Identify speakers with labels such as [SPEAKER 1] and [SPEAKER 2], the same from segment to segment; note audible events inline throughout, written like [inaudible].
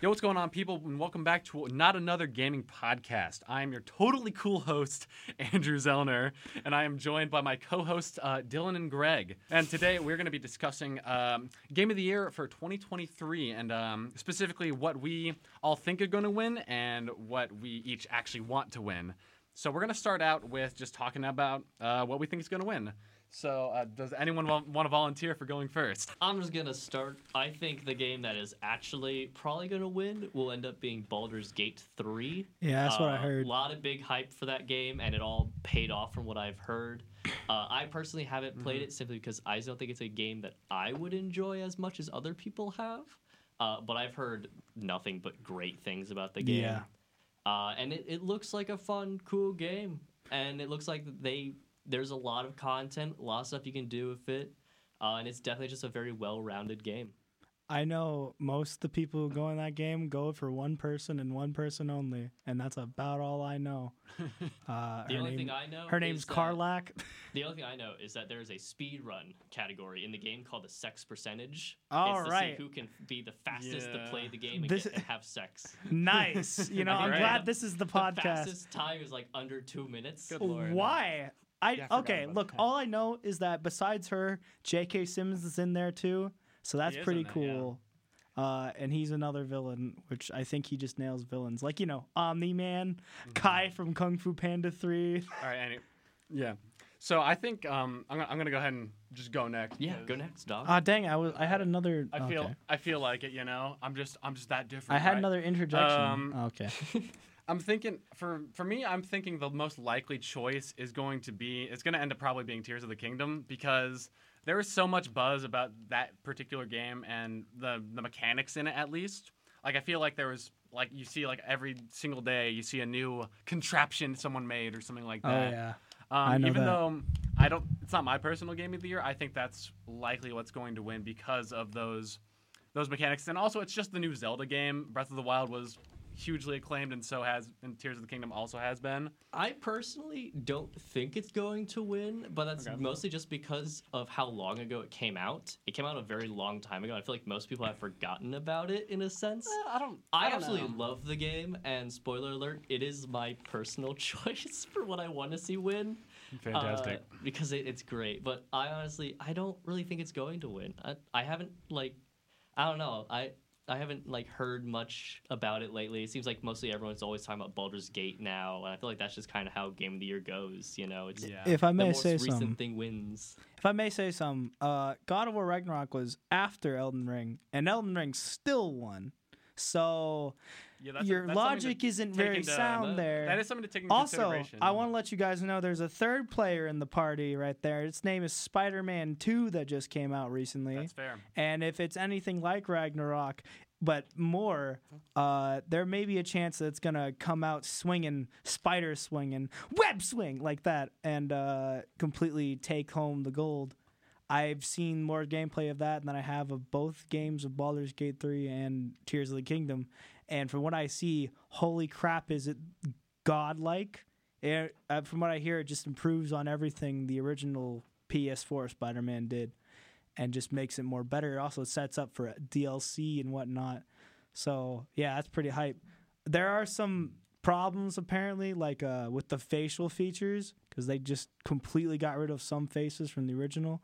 [SPEAKER 1] Yo, what's going on, people? And welcome back to not another gaming podcast. I am your totally cool host, [laughs] Andrew Zellner, and I am joined by my co host, uh, Dylan and Greg. And today we're going to be discussing um, Game of the Year for 2023 and um, specifically what we all think are going to win and what we each actually want to win. So we're going to start out with just talking about uh, what we think is going to win. So, uh, does anyone want to volunteer for going first?
[SPEAKER 2] I'm just gonna start. I think the game that is actually probably gonna win will end up being Baldur's Gate Uh, 3.
[SPEAKER 3] Yeah, that's what I heard.
[SPEAKER 2] A lot of big hype for that game, and it all paid off from what I've heard. Uh, I personally haven't played
[SPEAKER 3] Mm-hmm.
[SPEAKER 2] it simply because I don't think it's a game that I would enjoy as much as other people have. Uh, but I've heard nothing but great things about the game.
[SPEAKER 3] Yeah.
[SPEAKER 2] Uh, and it, it looks like a fun, cool game. And it looks like they there's a lot of content, a lot of stuff you can do with it. Uh, and it's definitely just a very well rounded game.
[SPEAKER 3] I know most of the people who go in that game go for one person and one person only, and that's about all I [laughs] know. Uh,
[SPEAKER 2] The
[SPEAKER 3] her
[SPEAKER 2] only
[SPEAKER 3] name-
[SPEAKER 2] thing I know
[SPEAKER 3] her
[SPEAKER 2] is uh,
[SPEAKER 3] name's
[SPEAKER 2] that-
[SPEAKER 3] Carlac.
[SPEAKER 2] The only thing I know is that there is a speed run category in the game called the sex percentage.
[SPEAKER 3] All
[SPEAKER 2] it's
[SPEAKER 3] right.
[SPEAKER 2] To see who can be the fastest
[SPEAKER 1] Yeah.
[SPEAKER 2] to play the game and,
[SPEAKER 3] This-
[SPEAKER 2] get, and have
[SPEAKER 3] [laughs]
[SPEAKER 2] sex.
[SPEAKER 3] nice. You know, I'm
[SPEAKER 1] Right.
[SPEAKER 3] glad this is the
[SPEAKER 2] The
[SPEAKER 3] podcast.
[SPEAKER 2] fastest time is like under two minutes.
[SPEAKER 1] Good lord.
[SPEAKER 3] Why? I
[SPEAKER 1] I forgot
[SPEAKER 3] okay.
[SPEAKER 1] about
[SPEAKER 3] Look,
[SPEAKER 1] that.
[SPEAKER 3] all I know is that besides her, J.K. Simmons is in there too, so that's
[SPEAKER 1] He is
[SPEAKER 3] pretty
[SPEAKER 1] in there, yeah.
[SPEAKER 3] cool. Uh, and he's another villain, which I think he just nails villains. Like you know, Omni Man, Kai from Kung Fu Panda Three.
[SPEAKER 1] All right, Annie. Yeah. So I think um, I'm, gonna, I'm gonna go ahead and just go next.
[SPEAKER 2] Yeah,
[SPEAKER 1] because
[SPEAKER 2] go next, dog.
[SPEAKER 3] Ah, dang! I was I had another.
[SPEAKER 1] I feel
[SPEAKER 3] okay.
[SPEAKER 1] I feel like it. You know, I'm just I'm just that different.
[SPEAKER 3] I had
[SPEAKER 1] right?
[SPEAKER 3] another interjection. Oh,
[SPEAKER 1] Um,
[SPEAKER 3] okay.
[SPEAKER 1] I'm thinking for for me, I'm thinking the most likely choice is going to be it's going to end up probably being Tears of the Kingdom because there is so much buzz about that particular game and the the mechanics in it at least. Like I feel like there was like you see like every single day you see a new contraption someone made or something like
[SPEAKER 3] Oh
[SPEAKER 1] that.
[SPEAKER 3] yeah.
[SPEAKER 1] Um,
[SPEAKER 3] I know
[SPEAKER 1] even
[SPEAKER 3] that.
[SPEAKER 1] though I don't, it's not my personal game of the year. I think that's likely what's going to win because of those those mechanics, and also it's just the new Zelda game. Breath of the Wild was hugely acclaimed, and so has and Tears of the Kingdom also has been.
[SPEAKER 2] I personally don't think it's going to win, but that's
[SPEAKER 1] Okay.
[SPEAKER 2] mostly just because of how long ago it came out. It came out a very long time ago. I feel like most people have forgotten about it in a sense.
[SPEAKER 1] Uh, I don't.
[SPEAKER 2] I absolutely love the game, and spoiler alert, it is my personal [laughs] choice for what I want to see win.
[SPEAKER 1] Fantastic.
[SPEAKER 2] uh, because it, it's great, but I honestly I don't really think it's going to win. I, I haven't like I don't know. I I haven't like heard much about it lately. It seems like mostly everyone's always talking about Baldur's Gate now, and I feel like that's just kind of how Game of the Year goes. You know, it's
[SPEAKER 1] Yeah.
[SPEAKER 3] If I
[SPEAKER 2] the
[SPEAKER 3] may
[SPEAKER 2] most
[SPEAKER 3] say
[SPEAKER 2] recent
[SPEAKER 3] some,
[SPEAKER 2] thing wins.
[SPEAKER 3] if I may say some, uh, God of War Ragnarok was after Elden Ring, and Elden Ring still won. So
[SPEAKER 1] Yeah, that's-
[SPEAKER 3] your
[SPEAKER 1] that's something to
[SPEAKER 3] logic isn't
[SPEAKER 1] take
[SPEAKER 3] very
[SPEAKER 1] into-
[SPEAKER 3] sound
[SPEAKER 2] that-
[SPEAKER 3] there.
[SPEAKER 1] That is something to take into
[SPEAKER 3] also,
[SPEAKER 1] consideration.
[SPEAKER 3] I want to let you guys know there's a third player in the party right there. Its name is Spider-Man 2 that just came out recently.
[SPEAKER 1] That's fair.
[SPEAKER 3] And if it's anything like Ragnarok, but more, uh, there may be a chance that it's gonna come out swinging, spider swinging, web swing like that, and uh, completely take home the gold. I've seen more gameplay of that than I have of both games of Baldur's Gate 3 and Tears of the Kingdom. And from what I see, holy crap, is it godlike? It, uh, from what I hear, it just improves on everything the original PS4 Spider Man did and just makes it more better. It also sets up for DLC and whatnot. So yeah, that's pretty hype. There are some problems apparently, like uh, with the facial features, because they just completely got rid of some faces from the original,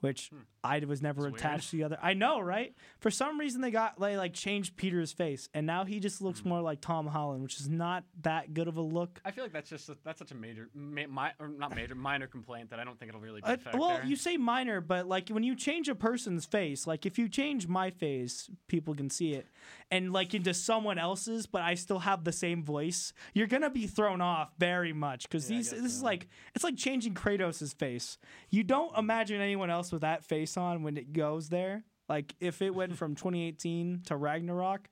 [SPEAKER 3] which I was never
[SPEAKER 1] Hmm. That's weird.
[SPEAKER 3] attached to the other. I know, right? For some reason, they got they like changed Peter's face, and now he just
[SPEAKER 1] Hmm.
[SPEAKER 3] looks more like Tom Holland, which is not that good of a look.
[SPEAKER 1] I feel like that's just that's such a major, ma- mi- or not major, minor complaint that I don't think it'll really be
[SPEAKER 3] Uh,
[SPEAKER 1] a factor.
[SPEAKER 3] well, you say minor, but like when you change a person's face, like if you change my face, people can see it, and like into someone else's, but I still have the same voice, you're gonna be thrown off very much because
[SPEAKER 1] Yeah, I
[SPEAKER 3] these
[SPEAKER 1] guess
[SPEAKER 3] this is
[SPEAKER 1] so.
[SPEAKER 3] like it's like changing Kratos' face. You don't imagine anyone else with that face on when it goes there. Like if
[SPEAKER 1] [laughs]
[SPEAKER 3] it went from 2018 to Ragnarok,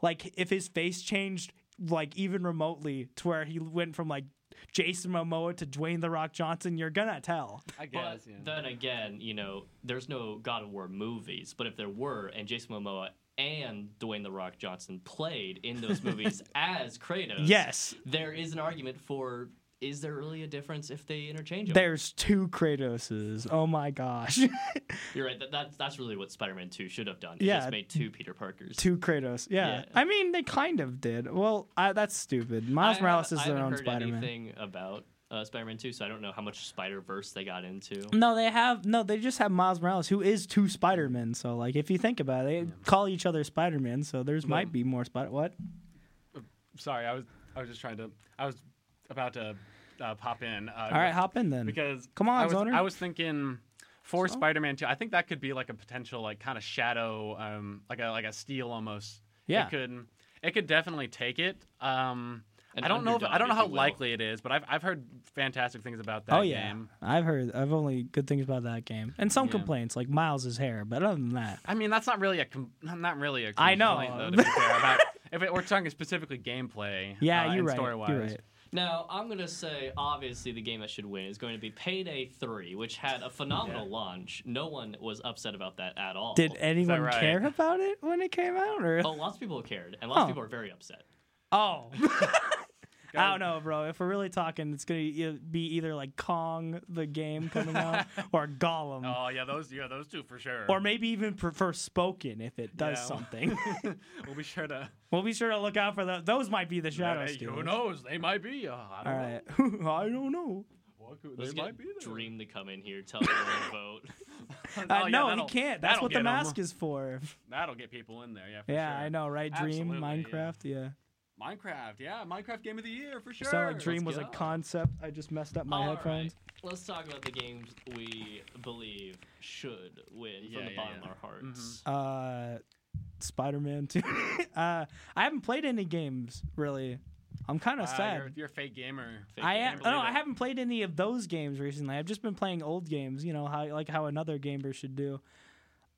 [SPEAKER 3] like if his face changed like even remotely to where he went from like Jason Momoa to Dwayne the Rock Johnson, you're gonna tell.
[SPEAKER 1] I
[SPEAKER 2] But
[SPEAKER 1] guess. yeah.
[SPEAKER 2] then again, you know, there's no God of War movies, but if there were, and Jason Momoa and Dwayne the Rock
[SPEAKER 3] [laughs]
[SPEAKER 2] Johnson played in those movies as Kratos,
[SPEAKER 3] Yes.
[SPEAKER 2] there is an argument for is there really a difference if they interchange them?
[SPEAKER 3] There's two Kratoses. Oh my gosh.
[SPEAKER 2] You're right. That, that that's really what Spider-Man Two should have done. It
[SPEAKER 3] Yeah.
[SPEAKER 2] just made two Peter Parkers.
[SPEAKER 3] two Kratos. Yeah.
[SPEAKER 2] Yeah.
[SPEAKER 3] I mean, they kind of did. Well, I, that's stupid.
[SPEAKER 2] I
[SPEAKER 3] Miles
[SPEAKER 2] haven't-
[SPEAKER 3] Morales
[SPEAKER 2] I
[SPEAKER 3] is their
[SPEAKER 2] haven't
[SPEAKER 3] own
[SPEAKER 2] heard
[SPEAKER 3] Spider Man.
[SPEAKER 2] Anything about uh, Spider-Man Two? So I don't know how much Spider Verse they got into.
[SPEAKER 3] No, they have no. They just have Miles Morales, who is two Spider Men. So, like, if you think about it, they call each other Spider Men. So there's might be more Spider. What?
[SPEAKER 1] Sorry, I was I was just trying to I was about to uh, pop in. Uh,
[SPEAKER 3] All right, hop in then.
[SPEAKER 1] because
[SPEAKER 3] Come on,
[SPEAKER 1] I was,
[SPEAKER 3] Zoner.
[SPEAKER 1] I was thinking for Spider-Man 2, I think that could be like a potential like kind of shadow um like a like a steal almost.
[SPEAKER 3] Yeah.
[SPEAKER 1] It could it could definitely take it. Um
[SPEAKER 2] An
[SPEAKER 1] I don't know if,
[SPEAKER 2] underdog,
[SPEAKER 1] I don't know
[SPEAKER 2] if you
[SPEAKER 1] how
[SPEAKER 2] will.
[SPEAKER 1] likely it is, but I've I've heard fantastic things about that
[SPEAKER 3] oh yeah,
[SPEAKER 1] game.
[SPEAKER 3] I've heard. I've only good things about that game, and some
[SPEAKER 2] Yeah.
[SPEAKER 3] complaints like Miles's hair. But other than that,
[SPEAKER 1] I mean, that's not really a com- not really a complaint,
[SPEAKER 3] I know.
[SPEAKER 1] though, to be fair, about [laughs] if it, we're talking specifically gameplay.
[SPEAKER 3] [laughs] yeah,
[SPEAKER 1] uh,
[SPEAKER 3] you're
[SPEAKER 1] and
[SPEAKER 3] right.
[SPEAKER 1] Story-wise.
[SPEAKER 3] You're right.
[SPEAKER 2] Now I'm gonna say obviously the game that should win is going to be Payday Three, which had a phenomenal launch. No one was upset about oh, that at all.
[SPEAKER 3] Did anyone
[SPEAKER 1] right?
[SPEAKER 3] care about it when it came out? Or
[SPEAKER 2] Oh,
[SPEAKER 3] oh,
[SPEAKER 2] lots of people cared, and lots
[SPEAKER 3] Oh.
[SPEAKER 2] of people are very upset.
[SPEAKER 1] [laughs]
[SPEAKER 3] [laughs] I don't Oh. know, bro. If we're really talking, it's gonna e- be either like Kong the game
[SPEAKER 1] [laughs]
[SPEAKER 3] coming out or Gollum.
[SPEAKER 1] Oh yeah, those yeah those two for sure.
[SPEAKER 3] Or maybe even prefer spoken if it does
[SPEAKER 1] Yeah. [laughs]
[SPEAKER 3] something. [laughs]
[SPEAKER 1] we'll be sure to.
[SPEAKER 3] we'll be sure to look out for those. Those might be the shadow
[SPEAKER 1] Hey, who
[SPEAKER 3] Steelers.
[SPEAKER 1] knows? They might be. Uh, I
[SPEAKER 3] All
[SPEAKER 1] don't [laughs]
[SPEAKER 3] right. [laughs] I don't know.
[SPEAKER 1] know. What could-
[SPEAKER 2] Let's
[SPEAKER 1] they
[SPEAKER 2] get
[SPEAKER 1] might be there.
[SPEAKER 2] Dream to come in here, tell me to vote. [laughs]
[SPEAKER 1] [laughs]
[SPEAKER 3] Uh,
[SPEAKER 1] Oh, yeah,
[SPEAKER 3] no, he
[SPEAKER 1] that'll-
[SPEAKER 3] can't. That's
[SPEAKER 1] that'll
[SPEAKER 3] what
[SPEAKER 1] get
[SPEAKER 3] the
[SPEAKER 1] 'em.
[SPEAKER 3] mask
[SPEAKER 1] [laughs]
[SPEAKER 3] is for.
[SPEAKER 1] That'll get people in there. Yeah. For
[SPEAKER 3] Yeah,
[SPEAKER 1] sure.
[SPEAKER 3] I know, right? Dream,
[SPEAKER 1] Absolutely, yeah.
[SPEAKER 3] Minecraft, yeah.
[SPEAKER 1] Minecraft. Yeah, Minecraft game of the year for sure.
[SPEAKER 3] Sound like Dream
[SPEAKER 2] let's
[SPEAKER 3] was a
[SPEAKER 2] go.
[SPEAKER 3] concept. I just messed up my
[SPEAKER 2] All
[SPEAKER 3] headphones.
[SPEAKER 2] right, Let's talk about the games we believe should win
[SPEAKER 1] Yeah,
[SPEAKER 2] from the
[SPEAKER 1] yeah,
[SPEAKER 2] bottom
[SPEAKER 1] yeah.
[SPEAKER 2] of our hearts.
[SPEAKER 3] Uh, Spider-Man 2. [laughs] uh, I haven't played any games really. I'm kind of
[SPEAKER 1] Ah,
[SPEAKER 3] sad.
[SPEAKER 1] You're, you're a fake gamer.
[SPEAKER 2] Fake
[SPEAKER 3] I
[SPEAKER 2] it,
[SPEAKER 3] am.
[SPEAKER 2] can't
[SPEAKER 3] No,
[SPEAKER 2] believe
[SPEAKER 3] I
[SPEAKER 2] it.
[SPEAKER 3] haven't played any of those games recently. I've just been playing old games. You know how like how another gamer should do.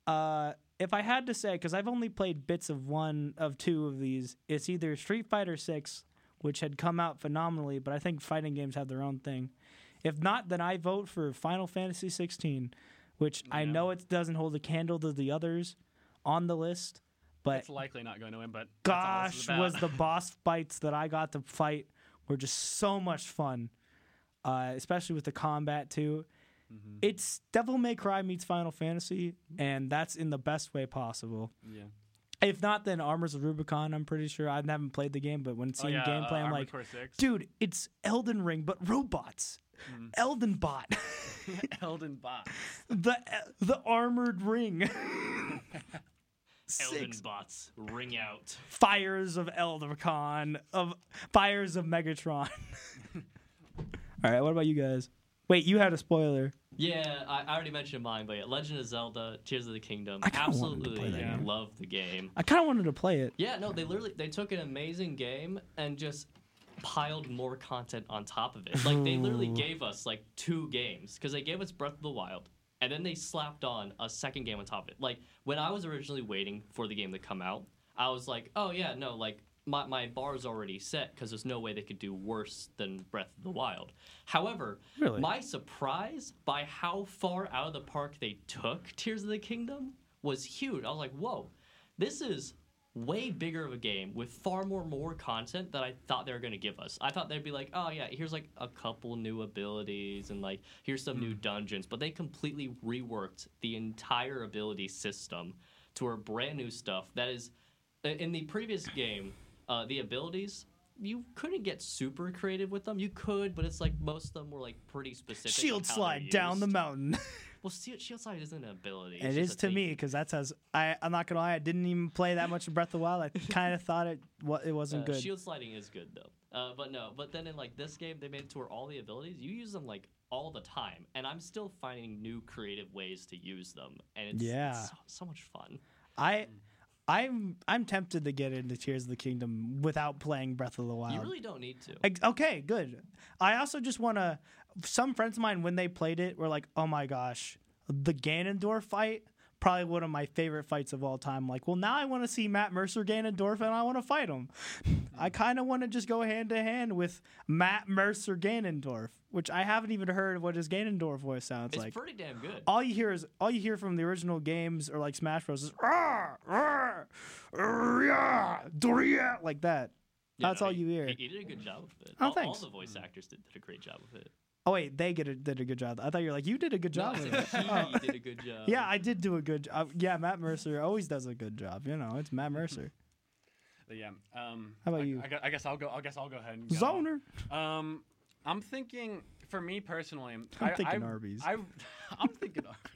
[SPEAKER 3] Uh, if I had to say, because I've only played bits of one of two of these, it's either Street Fighter Six, which had come out phenomenally, but I think fighting games have their own thing. If not, then I vote for Final Fantasy 16, which I
[SPEAKER 1] Yeah.
[SPEAKER 3] know it doesn't hold a candle to the others on the list, but
[SPEAKER 1] It's likely not going to win, but
[SPEAKER 3] gosh
[SPEAKER 1] that's all
[SPEAKER 3] was
[SPEAKER 1] this is
[SPEAKER 3] the boss fights that I got to fight were just so much fun, uh, especially with the combat too.
[SPEAKER 1] Mm-hmm.
[SPEAKER 3] It's Devil May Cry meets Final Fantasy, and that's in the best way possible.
[SPEAKER 1] about. yeah. [laughs]
[SPEAKER 3] If not, then Armors of Rubicon. I'm pretty sure I haven't played the game, but when
[SPEAKER 1] Oh,
[SPEAKER 3] seeing
[SPEAKER 1] yeah, uh,
[SPEAKER 3] gameplay, I'm
[SPEAKER 1] Armored
[SPEAKER 3] like,
[SPEAKER 1] Core 6.
[SPEAKER 3] dude, it's Elden Ring, but robots.
[SPEAKER 1] Mm-hmm.
[SPEAKER 3] Elden Bot, [laughs]
[SPEAKER 1] Elden Box.
[SPEAKER 3] the the armored ring. [laughs]
[SPEAKER 2] Elden
[SPEAKER 3] Six
[SPEAKER 2] bots ring out.
[SPEAKER 3] fires of Eldercon, of fires of Megatron. [laughs] All right, what about you guys? Wait, you had a spoiler.
[SPEAKER 2] Yeah, I, I already mentioned mine, but yeah, Legend of Zelda: Tears of the Kingdom.
[SPEAKER 3] I kinda wanted to play
[SPEAKER 2] absolutely
[SPEAKER 3] that game.
[SPEAKER 2] love the game.
[SPEAKER 3] I kind of wanted to play it.
[SPEAKER 2] Yeah, no, they literally they took an amazing game and just piled more content on top of it. Like they literally gave us like two games because they gave us Breath of the Wild and then they slapped on a second game on top of it. Like when I was originally waiting for the game to come out, I was like, oh yeah, no, like my my bar's already set because there's no way they could do worse than Breath of the Wild. However,
[SPEAKER 3] Really?
[SPEAKER 2] my surprise by how far out of the park they took Tears of the Kingdom was huge. I was like, whoa, this is way bigger of a game with far more more content that I thought they were going to give us. I thought they'd be like, oh yeah, here's like a couple new abilities and like here's some
[SPEAKER 3] Hmm.
[SPEAKER 2] new dungeons, but they completely reworked the entire ability system to where brand new stuff that is in the previous game, uh, the abilities you couldn't get super creative with them. You could, but it's like most of them were like pretty specific. on
[SPEAKER 3] Shield
[SPEAKER 2] how they're
[SPEAKER 3] slide down the
[SPEAKER 2] used.
[SPEAKER 3] mountain.
[SPEAKER 2] Well, shield, shield slide isn't an ability.
[SPEAKER 3] it
[SPEAKER 2] it's just
[SPEAKER 3] is
[SPEAKER 2] a
[SPEAKER 3] to
[SPEAKER 2] thing.
[SPEAKER 3] me because that's as I. I'm not gonna lie. I didn't even play that much of Breath of
[SPEAKER 2] [laughs]
[SPEAKER 3] the Wild. I kind of thought it. What it wasn't
[SPEAKER 2] Uh,
[SPEAKER 3] good.
[SPEAKER 2] Shield sliding is good though. Uh, but no, but then in like this game, they made it to where all the abilities you use them like all the time, and I'm still finding new creative ways to use them, and it's,
[SPEAKER 3] Yeah.
[SPEAKER 2] it's so, so much fun.
[SPEAKER 3] I. I'm I'm tempted to get into Tears of the Kingdom without playing Breath of the Wild.
[SPEAKER 2] You really don't need to.
[SPEAKER 3] Ex- Okay, good. I also just want to. Some friends of mine, when they played it, were like, "Oh my gosh, the Ganondorf fight." Probably one of my favorite fights of all time. Like, well, now I want to see Matt Mercer Ganondorf and I want to fight him. I kind of want to just go hand to hand with Matt Mercer Ganondorf, which I haven't even heard what his Ganondorf voice sounds
[SPEAKER 2] it's
[SPEAKER 3] like.
[SPEAKER 2] pretty damn good.
[SPEAKER 3] all you hear is all you hear from the original games or like Smash Bros is "Arr, arr, arr, yeah, Doria," like that. That's all
[SPEAKER 2] he-
[SPEAKER 3] you hear.
[SPEAKER 2] He, he did a good job with it.
[SPEAKER 3] Oh,
[SPEAKER 2] all,
[SPEAKER 3] thanks.
[SPEAKER 2] all the voice actors did, did a great job with it.
[SPEAKER 3] Oh wait, they get a, did a good job. I thought you were like you did a good job.
[SPEAKER 2] No, I
[SPEAKER 3] with
[SPEAKER 2] said
[SPEAKER 3] it. [laughs] Oh.
[SPEAKER 2] he did a good job.
[SPEAKER 3] Yeah, I did do a good job. Yeah, Matt Mercer always does a good job. You know, it's
[SPEAKER 1] [laughs]
[SPEAKER 3] Matt Mercer.
[SPEAKER 1] But yeah. Um,
[SPEAKER 3] How
[SPEAKER 1] I,
[SPEAKER 3] about you?
[SPEAKER 1] I, gu- I guess I'll go. I guess I'll go ahead and go.
[SPEAKER 3] Zoner.
[SPEAKER 1] Um, I'm thinking. For me personally, I'm
[SPEAKER 3] thinking Arby's.
[SPEAKER 1] I, [laughs] I'm thinking
[SPEAKER 3] [laughs]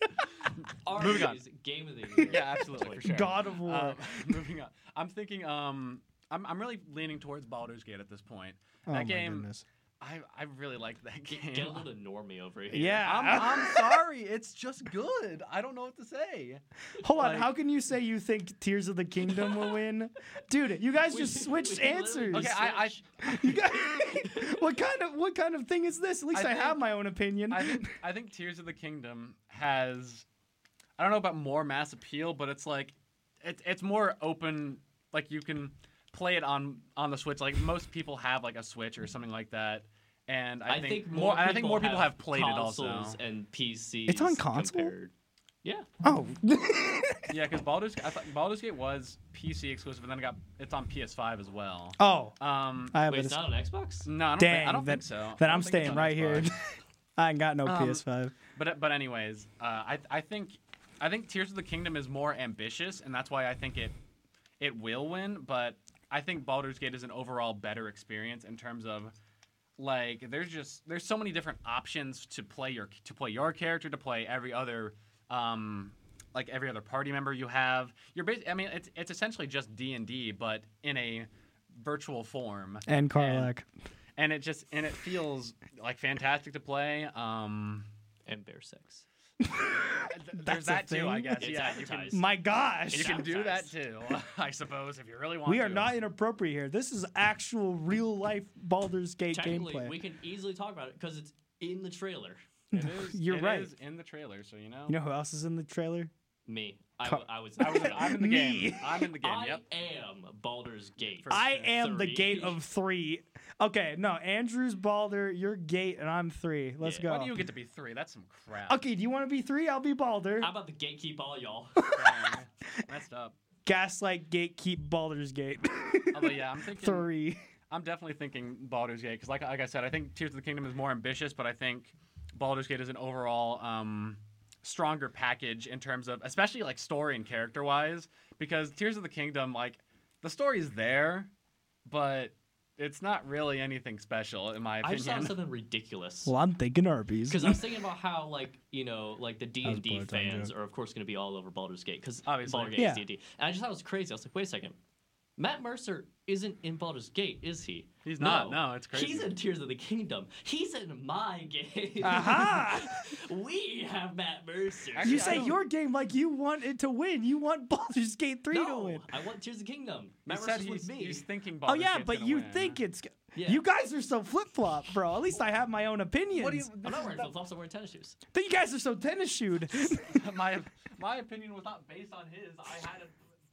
[SPEAKER 1] Arby's.
[SPEAKER 2] Ari
[SPEAKER 1] Moving on.
[SPEAKER 2] is
[SPEAKER 1] [laughs]
[SPEAKER 2] game of the year.
[SPEAKER 1] yeah, absolutely for sure.
[SPEAKER 3] God of War.
[SPEAKER 1] [laughs] Um, [laughs] moving on. I'm thinking. Um, I'm, I'm really leaning towards Baldur's Gate at this point.
[SPEAKER 3] oh
[SPEAKER 1] that
[SPEAKER 3] my
[SPEAKER 1] game.
[SPEAKER 3] goodness.
[SPEAKER 1] I I really liked that game.
[SPEAKER 2] Get a little normie over here.
[SPEAKER 3] Yeah.
[SPEAKER 1] [laughs] I'm,
[SPEAKER 2] [laughs]
[SPEAKER 1] I'm sorry. It's just good. I don't know what to say.
[SPEAKER 3] Hold on,
[SPEAKER 1] Like-
[SPEAKER 3] how can you say you think Tears of the Kingdom will
[SPEAKER 1] [laughs]
[SPEAKER 3] win? Dude, you guys
[SPEAKER 2] We-
[SPEAKER 3] just
[SPEAKER 2] we
[SPEAKER 3] switched
[SPEAKER 2] literally just
[SPEAKER 3] answers.
[SPEAKER 1] Okay, I, I
[SPEAKER 2] switched.
[SPEAKER 3] You guys- what kind of what kind of thing is this? At least I,
[SPEAKER 1] I
[SPEAKER 3] have
[SPEAKER 1] think-
[SPEAKER 3] my own opinion.
[SPEAKER 1] I think I think Tears of the Kingdom has I don't know about more mass appeal, but it's like it's it's more open. Like you can play it on on the Switch. Like most people have like a Switch or something like that. And I,
[SPEAKER 2] I think
[SPEAKER 1] more.
[SPEAKER 2] more.
[SPEAKER 1] and I think more people have played it also.
[SPEAKER 2] consoles and PCs.
[SPEAKER 3] It's on console?
[SPEAKER 2] compared. Yeah.
[SPEAKER 3] [laughs] oh, [laughs]
[SPEAKER 1] Yeah, because Baldur's I thought Baldur's Gate was PC exclusive, and then it got it's on PS5 as well.
[SPEAKER 3] oh,
[SPEAKER 1] Um,
[SPEAKER 3] I have
[SPEAKER 2] Wait,
[SPEAKER 3] a Mm.
[SPEAKER 2] it's not on Xbox.
[SPEAKER 1] no, I don't,
[SPEAKER 3] dang.
[SPEAKER 1] think, I don't
[SPEAKER 3] that,
[SPEAKER 1] think so. I
[SPEAKER 3] Then
[SPEAKER 1] don't think
[SPEAKER 3] I'm
[SPEAKER 1] it's
[SPEAKER 3] staying
[SPEAKER 1] on
[SPEAKER 3] right here. [laughs]
[SPEAKER 1] Xbox.
[SPEAKER 3] I ain't got no
[SPEAKER 1] Um,
[SPEAKER 3] PS5.
[SPEAKER 1] But but anyways, uh, I I think I think Tears of the Kingdom is more ambitious, and that's why I think it it will win. But I think Baldur's Gate is an overall better experience in terms of like there's just there's so many different options to play your to play your character to play every other um like every other party member you have. You're bas- I mean it's it's essentially just D and D, but in a virtual form
[SPEAKER 3] And Karlak.
[SPEAKER 1] and it just and it feels like fantastic to play um
[SPEAKER 2] And bear sex.
[SPEAKER 1] Th-
[SPEAKER 3] That's
[SPEAKER 1] There's
[SPEAKER 3] a
[SPEAKER 1] that too, I
[SPEAKER 3] thing?
[SPEAKER 1] guess.
[SPEAKER 2] It's
[SPEAKER 1] yeah, you can,
[SPEAKER 2] advertised.
[SPEAKER 3] My gosh.
[SPEAKER 1] you can do that
[SPEAKER 2] Advertised.
[SPEAKER 1] too, [laughs] I suppose, if you really want.
[SPEAKER 3] we are
[SPEAKER 1] to.
[SPEAKER 3] not inappropriate here. This is actual real life Baldur's Gate
[SPEAKER 2] Technically,
[SPEAKER 3] gameplay.
[SPEAKER 2] we can easily talk about it because it's in the trailer.
[SPEAKER 1] It is,
[SPEAKER 3] You're
[SPEAKER 1] it
[SPEAKER 3] right.
[SPEAKER 1] is in the trailer, so you know.
[SPEAKER 3] you know who else is in the trailer?
[SPEAKER 2] Me. I,
[SPEAKER 3] Co-
[SPEAKER 2] w- I was.
[SPEAKER 1] I was,
[SPEAKER 3] [laughs]
[SPEAKER 1] I'm in the
[SPEAKER 3] Me.
[SPEAKER 1] game. I'm in the game.
[SPEAKER 2] I
[SPEAKER 1] Yep.
[SPEAKER 2] am Baldur's Gate.
[SPEAKER 1] For
[SPEAKER 3] I
[SPEAKER 1] sure.
[SPEAKER 3] am the
[SPEAKER 2] Three.
[SPEAKER 3] gate of three. Okay, no, Andrew's Balder, you're gate, and I'm three. Let's
[SPEAKER 2] Yeah.
[SPEAKER 3] go.
[SPEAKER 1] Why do you get to be three? That's some crap.
[SPEAKER 3] okay, do you want to be three? I'll be Balder.
[SPEAKER 2] How about the gatekeep all [laughs] y'all?
[SPEAKER 1] Dang. Messed up.
[SPEAKER 3] Gaslight Gate, keep Balder's Gate. [laughs]
[SPEAKER 1] Although yeah, I'm thinking.
[SPEAKER 3] three.
[SPEAKER 1] I'm definitely thinking Baldur's Gate because, like, like I said, I think Tears of the Kingdom is more ambitious, but I think Baldur's Gate is an overall um, stronger package in terms of, especially like story and character wise, because Tears of the Kingdom, like, the story's there, but it's not really anything special in my
[SPEAKER 2] I just thought of
[SPEAKER 1] opinion.
[SPEAKER 2] something ridiculous.
[SPEAKER 3] Well, I'm thinking Arby's.
[SPEAKER 2] Because I was thinking about how, like, you know, like the D
[SPEAKER 3] was
[SPEAKER 2] and D
[SPEAKER 3] bored, don't
[SPEAKER 2] fans
[SPEAKER 3] joke.
[SPEAKER 2] are, of course, going to be all over Baldur's Gate because
[SPEAKER 1] Obviously.
[SPEAKER 2] Baldur's Gate
[SPEAKER 3] Yeah.
[SPEAKER 2] is D and D. And I just thought it was crazy. I was like, wait a second, Matt Mercer isn't in Baldur's Gate, is he?
[SPEAKER 1] He's not. No, it's crazy.
[SPEAKER 2] He's in Tears of the Kingdom. He's in my game.
[SPEAKER 3] [laughs] Aha!
[SPEAKER 2] [laughs] we have Matt Mercer.
[SPEAKER 1] [laughs] Actually,
[SPEAKER 3] you
[SPEAKER 1] I
[SPEAKER 3] say
[SPEAKER 1] don't-
[SPEAKER 3] your game like you want it to win. You want [laughs] Baldur's Gate three to
[SPEAKER 2] No,
[SPEAKER 3] win.
[SPEAKER 2] I want Tears of the Kingdom.
[SPEAKER 1] [laughs] He
[SPEAKER 2] Matt
[SPEAKER 1] said
[SPEAKER 2] Mercer's
[SPEAKER 1] he's,
[SPEAKER 2] with me.
[SPEAKER 1] he's thinking
[SPEAKER 3] Oh
[SPEAKER 1] Baldur's
[SPEAKER 3] yeah,
[SPEAKER 1] Gate's
[SPEAKER 3] but
[SPEAKER 1] gonna
[SPEAKER 3] you
[SPEAKER 1] win.
[SPEAKER 3] think it's.
[SPEAKER 2] Yeah.
[SPEAKER 3] You guys are so flip flop, bro. At least I have my own
[SPEAKER 1] [laughs]
[SPEAKER 3] opinions.
[SPEAKER 1] What do you?
[SPEAKER 2] I'm not wearing flip flops. I'm wearing tennis shoes.
[SPEAKER 3] But you guys are so tennis shoed.
[SPEAKER 1] [laughs]
[SPEAKER 3] [laughs]
[SPEAKER 1] my my opinion was not based on his. I had it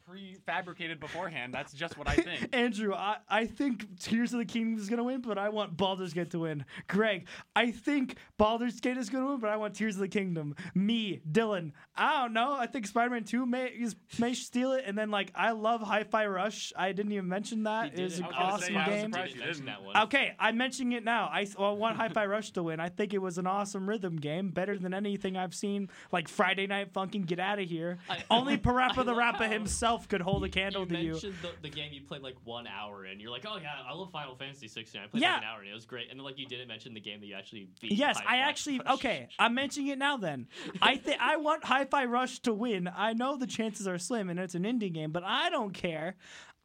[SPEAKER 1] prefabricated beforehand. That's just what I think.
[SPEAKER 3] Andrew, I, I think Tears of the Kingdom is going to win, but I want Baldur's Gate to win. Greg, I think Baldur's Gate is going to win, but I want Tears of the Kingdom. Me, Dylan, I don't know. I think Spider Man 2 may, is, may steal it. And then, like, I love Hi Fi Rush. I didn't even mention
[SPEAKER 2] He
[SPEAKER 3] that.
[SPEAKER 2] did
[SPEAKER 3] It was
[SPEAKER 2] it.
[SPEAKER 3] an
[SPEAKER 1] I was gonna
[SPEAKER 3] awesome
[SPEAKER 1] say, yeah, I was
[SPEAKER 3] game.
[SPEAKER 1] surprised you
[SPEAKER 2] Didn't mention
[SPEAKER 1] didn't.
[SPEAKER 2] that one.
[SPEAKER 3] Okay, I'm mentioning it now. I, s- well, I want Hi Fi [laughs] Rush to win. I think it was an awesome rhythm game, better than anything I've seen, like Friday Night Funkin' Get Out of Here.
[SPEAKER 2] [laughs] I-
[SPEAKER 3] Only
[SPEAKER 2] I
[SPEAKER 3] Parappa the
[SPEAKER 2] love
[SPEAKER 3] Rapper
[SPEAKER 2] how
[SPEAKER 3] himself could hold a
[SPEAKER 2] You-
[SPEAKER 3] candle
[SPEAKER 2] you
[SPEAKER 3] to you.
[SPEAKER 2] mentioned The, the game you played like one hour in. You're like, oh yeah, I love Final Fantasy 16. I played
[SPEAKER 3] Yeah.
[SPEAKER 2] like an hour and it was great. And then like you didn't mention the game that you actually beat.
[SPEAKER 3] Yes,
[SPEAKER 2] Hi
[SPEAKER 3] I
[SPEAKER 2] Fi
[SPEAKER 3] actually
[SPEAKER 2] Rush.
[SPEAKER 3] okay. I'm mentioning it now. Then I think I want Hi-Fi Rush to win. I know the chances are slim, and it's an indie game, but I don't care.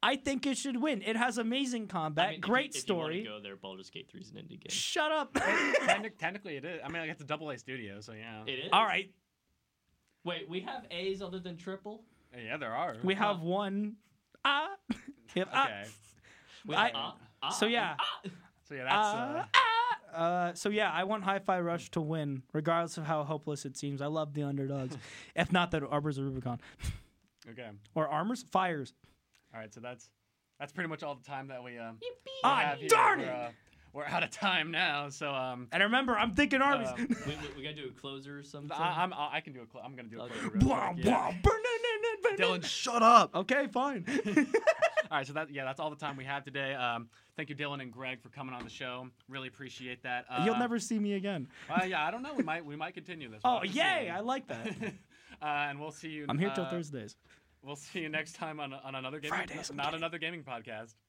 [SPEAKER 3] I think it should win. It has amazing combat,
[SPEAKER 2] I mean, if you-
[SPEAKER 3] great
[SPEAKER 2] if you wanna
[SPEAKER 3] story.
[SPEAKER 2] go there, Baldur's Gate 3 is an indie game.
[SPEAKER 3] Shut up. [laughs]
[SPEAKER 1] Technic- technically, it is. I mean, like, it's a double A studio, so yeah.
[SPEAKER 2] It is.
[SPEAKER 3] All right,
[SPEAKER 2] Wait, we have A's other than triple.
[SPEAKER 1] Yeah, there are.
[SPEAKER 3] we have one. Ah, [laughs] Yep, ah.
[SPEAKER 1] okay.
[SPEAKER 2] We
[SPEAKER 3] I-
[SPEAKER 2] have ah, ah,
[SPEAKER 3] so
[SPEAKER 2] and
[SPEAKER 3] yeah.
[SPEAKER 2] ah.
[SPEAKER 1] So yeah, that's. Uh,
[SPEAKER 3] Uh, Uh, so yeah, I want Hi-Fi Rush to win, regardless of how hopeless it seems. I love
[SPEAKER 1] [laughs]
[SPEAKER 3] the underdogs. if not, that Arbors of Rubicon uh,
[SPEAKER 1] okay.
[SPEAKER 3] or Armors Fires.
[SPEAKER 1] All right. So that's that's pretty much all the time that we um. we
[SPEAKER 3] Ah,
[SPEAKER 1] have here.
[SPEAKER 3] darn
[SPEAKER 1] We're,
[SPEAKER 3] it!
[SPEAKER 1] uh, we're out of time now, so um.
[SPEAKER 3] And remember, I'm thinking Arby's.
[SPEAKER 1] Um,
[SPEAKER 2] we, we, we gotta do a closer or something.
[SPEAKER 1] I, I'm. I can do a. Cl- I'm gonna do a.
[SPEAKER 2] Okay.
[SPEAKER 1] closure real
[SPEAKER 3] [laughs] Blah,
[SPEAKER 1] quick, yeah.
[SPEAKER 3] blah, burn, burn, burn, burn. [laughs]
[SPEAKER 1] Dylan, shut up.
[SPEAKER 3] Okay, fine.
[SPEAKER 1] All right, so that yeah, that's all the time we have today. Um, thank you, Dylan and Greg, for coming on the show. Really appreciate that. Uh,
[SPEAKER 3] You'll never see me again.
[SPEAKER 1] Uh, yeah, I don't know. We might we might continue this. We'll
[SPEAKER 3] Oh,
[SPEAKER 1] have to see.
[SPEAKER 3] yay! I like that.
[SPEAKER 1] [laughs] uh, and we'll see you.
[SPEAKER 3] I'm here till
[SPEAKER 1] uh,
[SPEAKER 3] Thursdays.
[SPEAKER 1] We'll see you next time on on another gaming
[SPEAKER 3] Fridays, I'm
[SPEAKER 1] not
[SPEAKER 3] kidding.
[SPEAKER 1] another gaming podcast.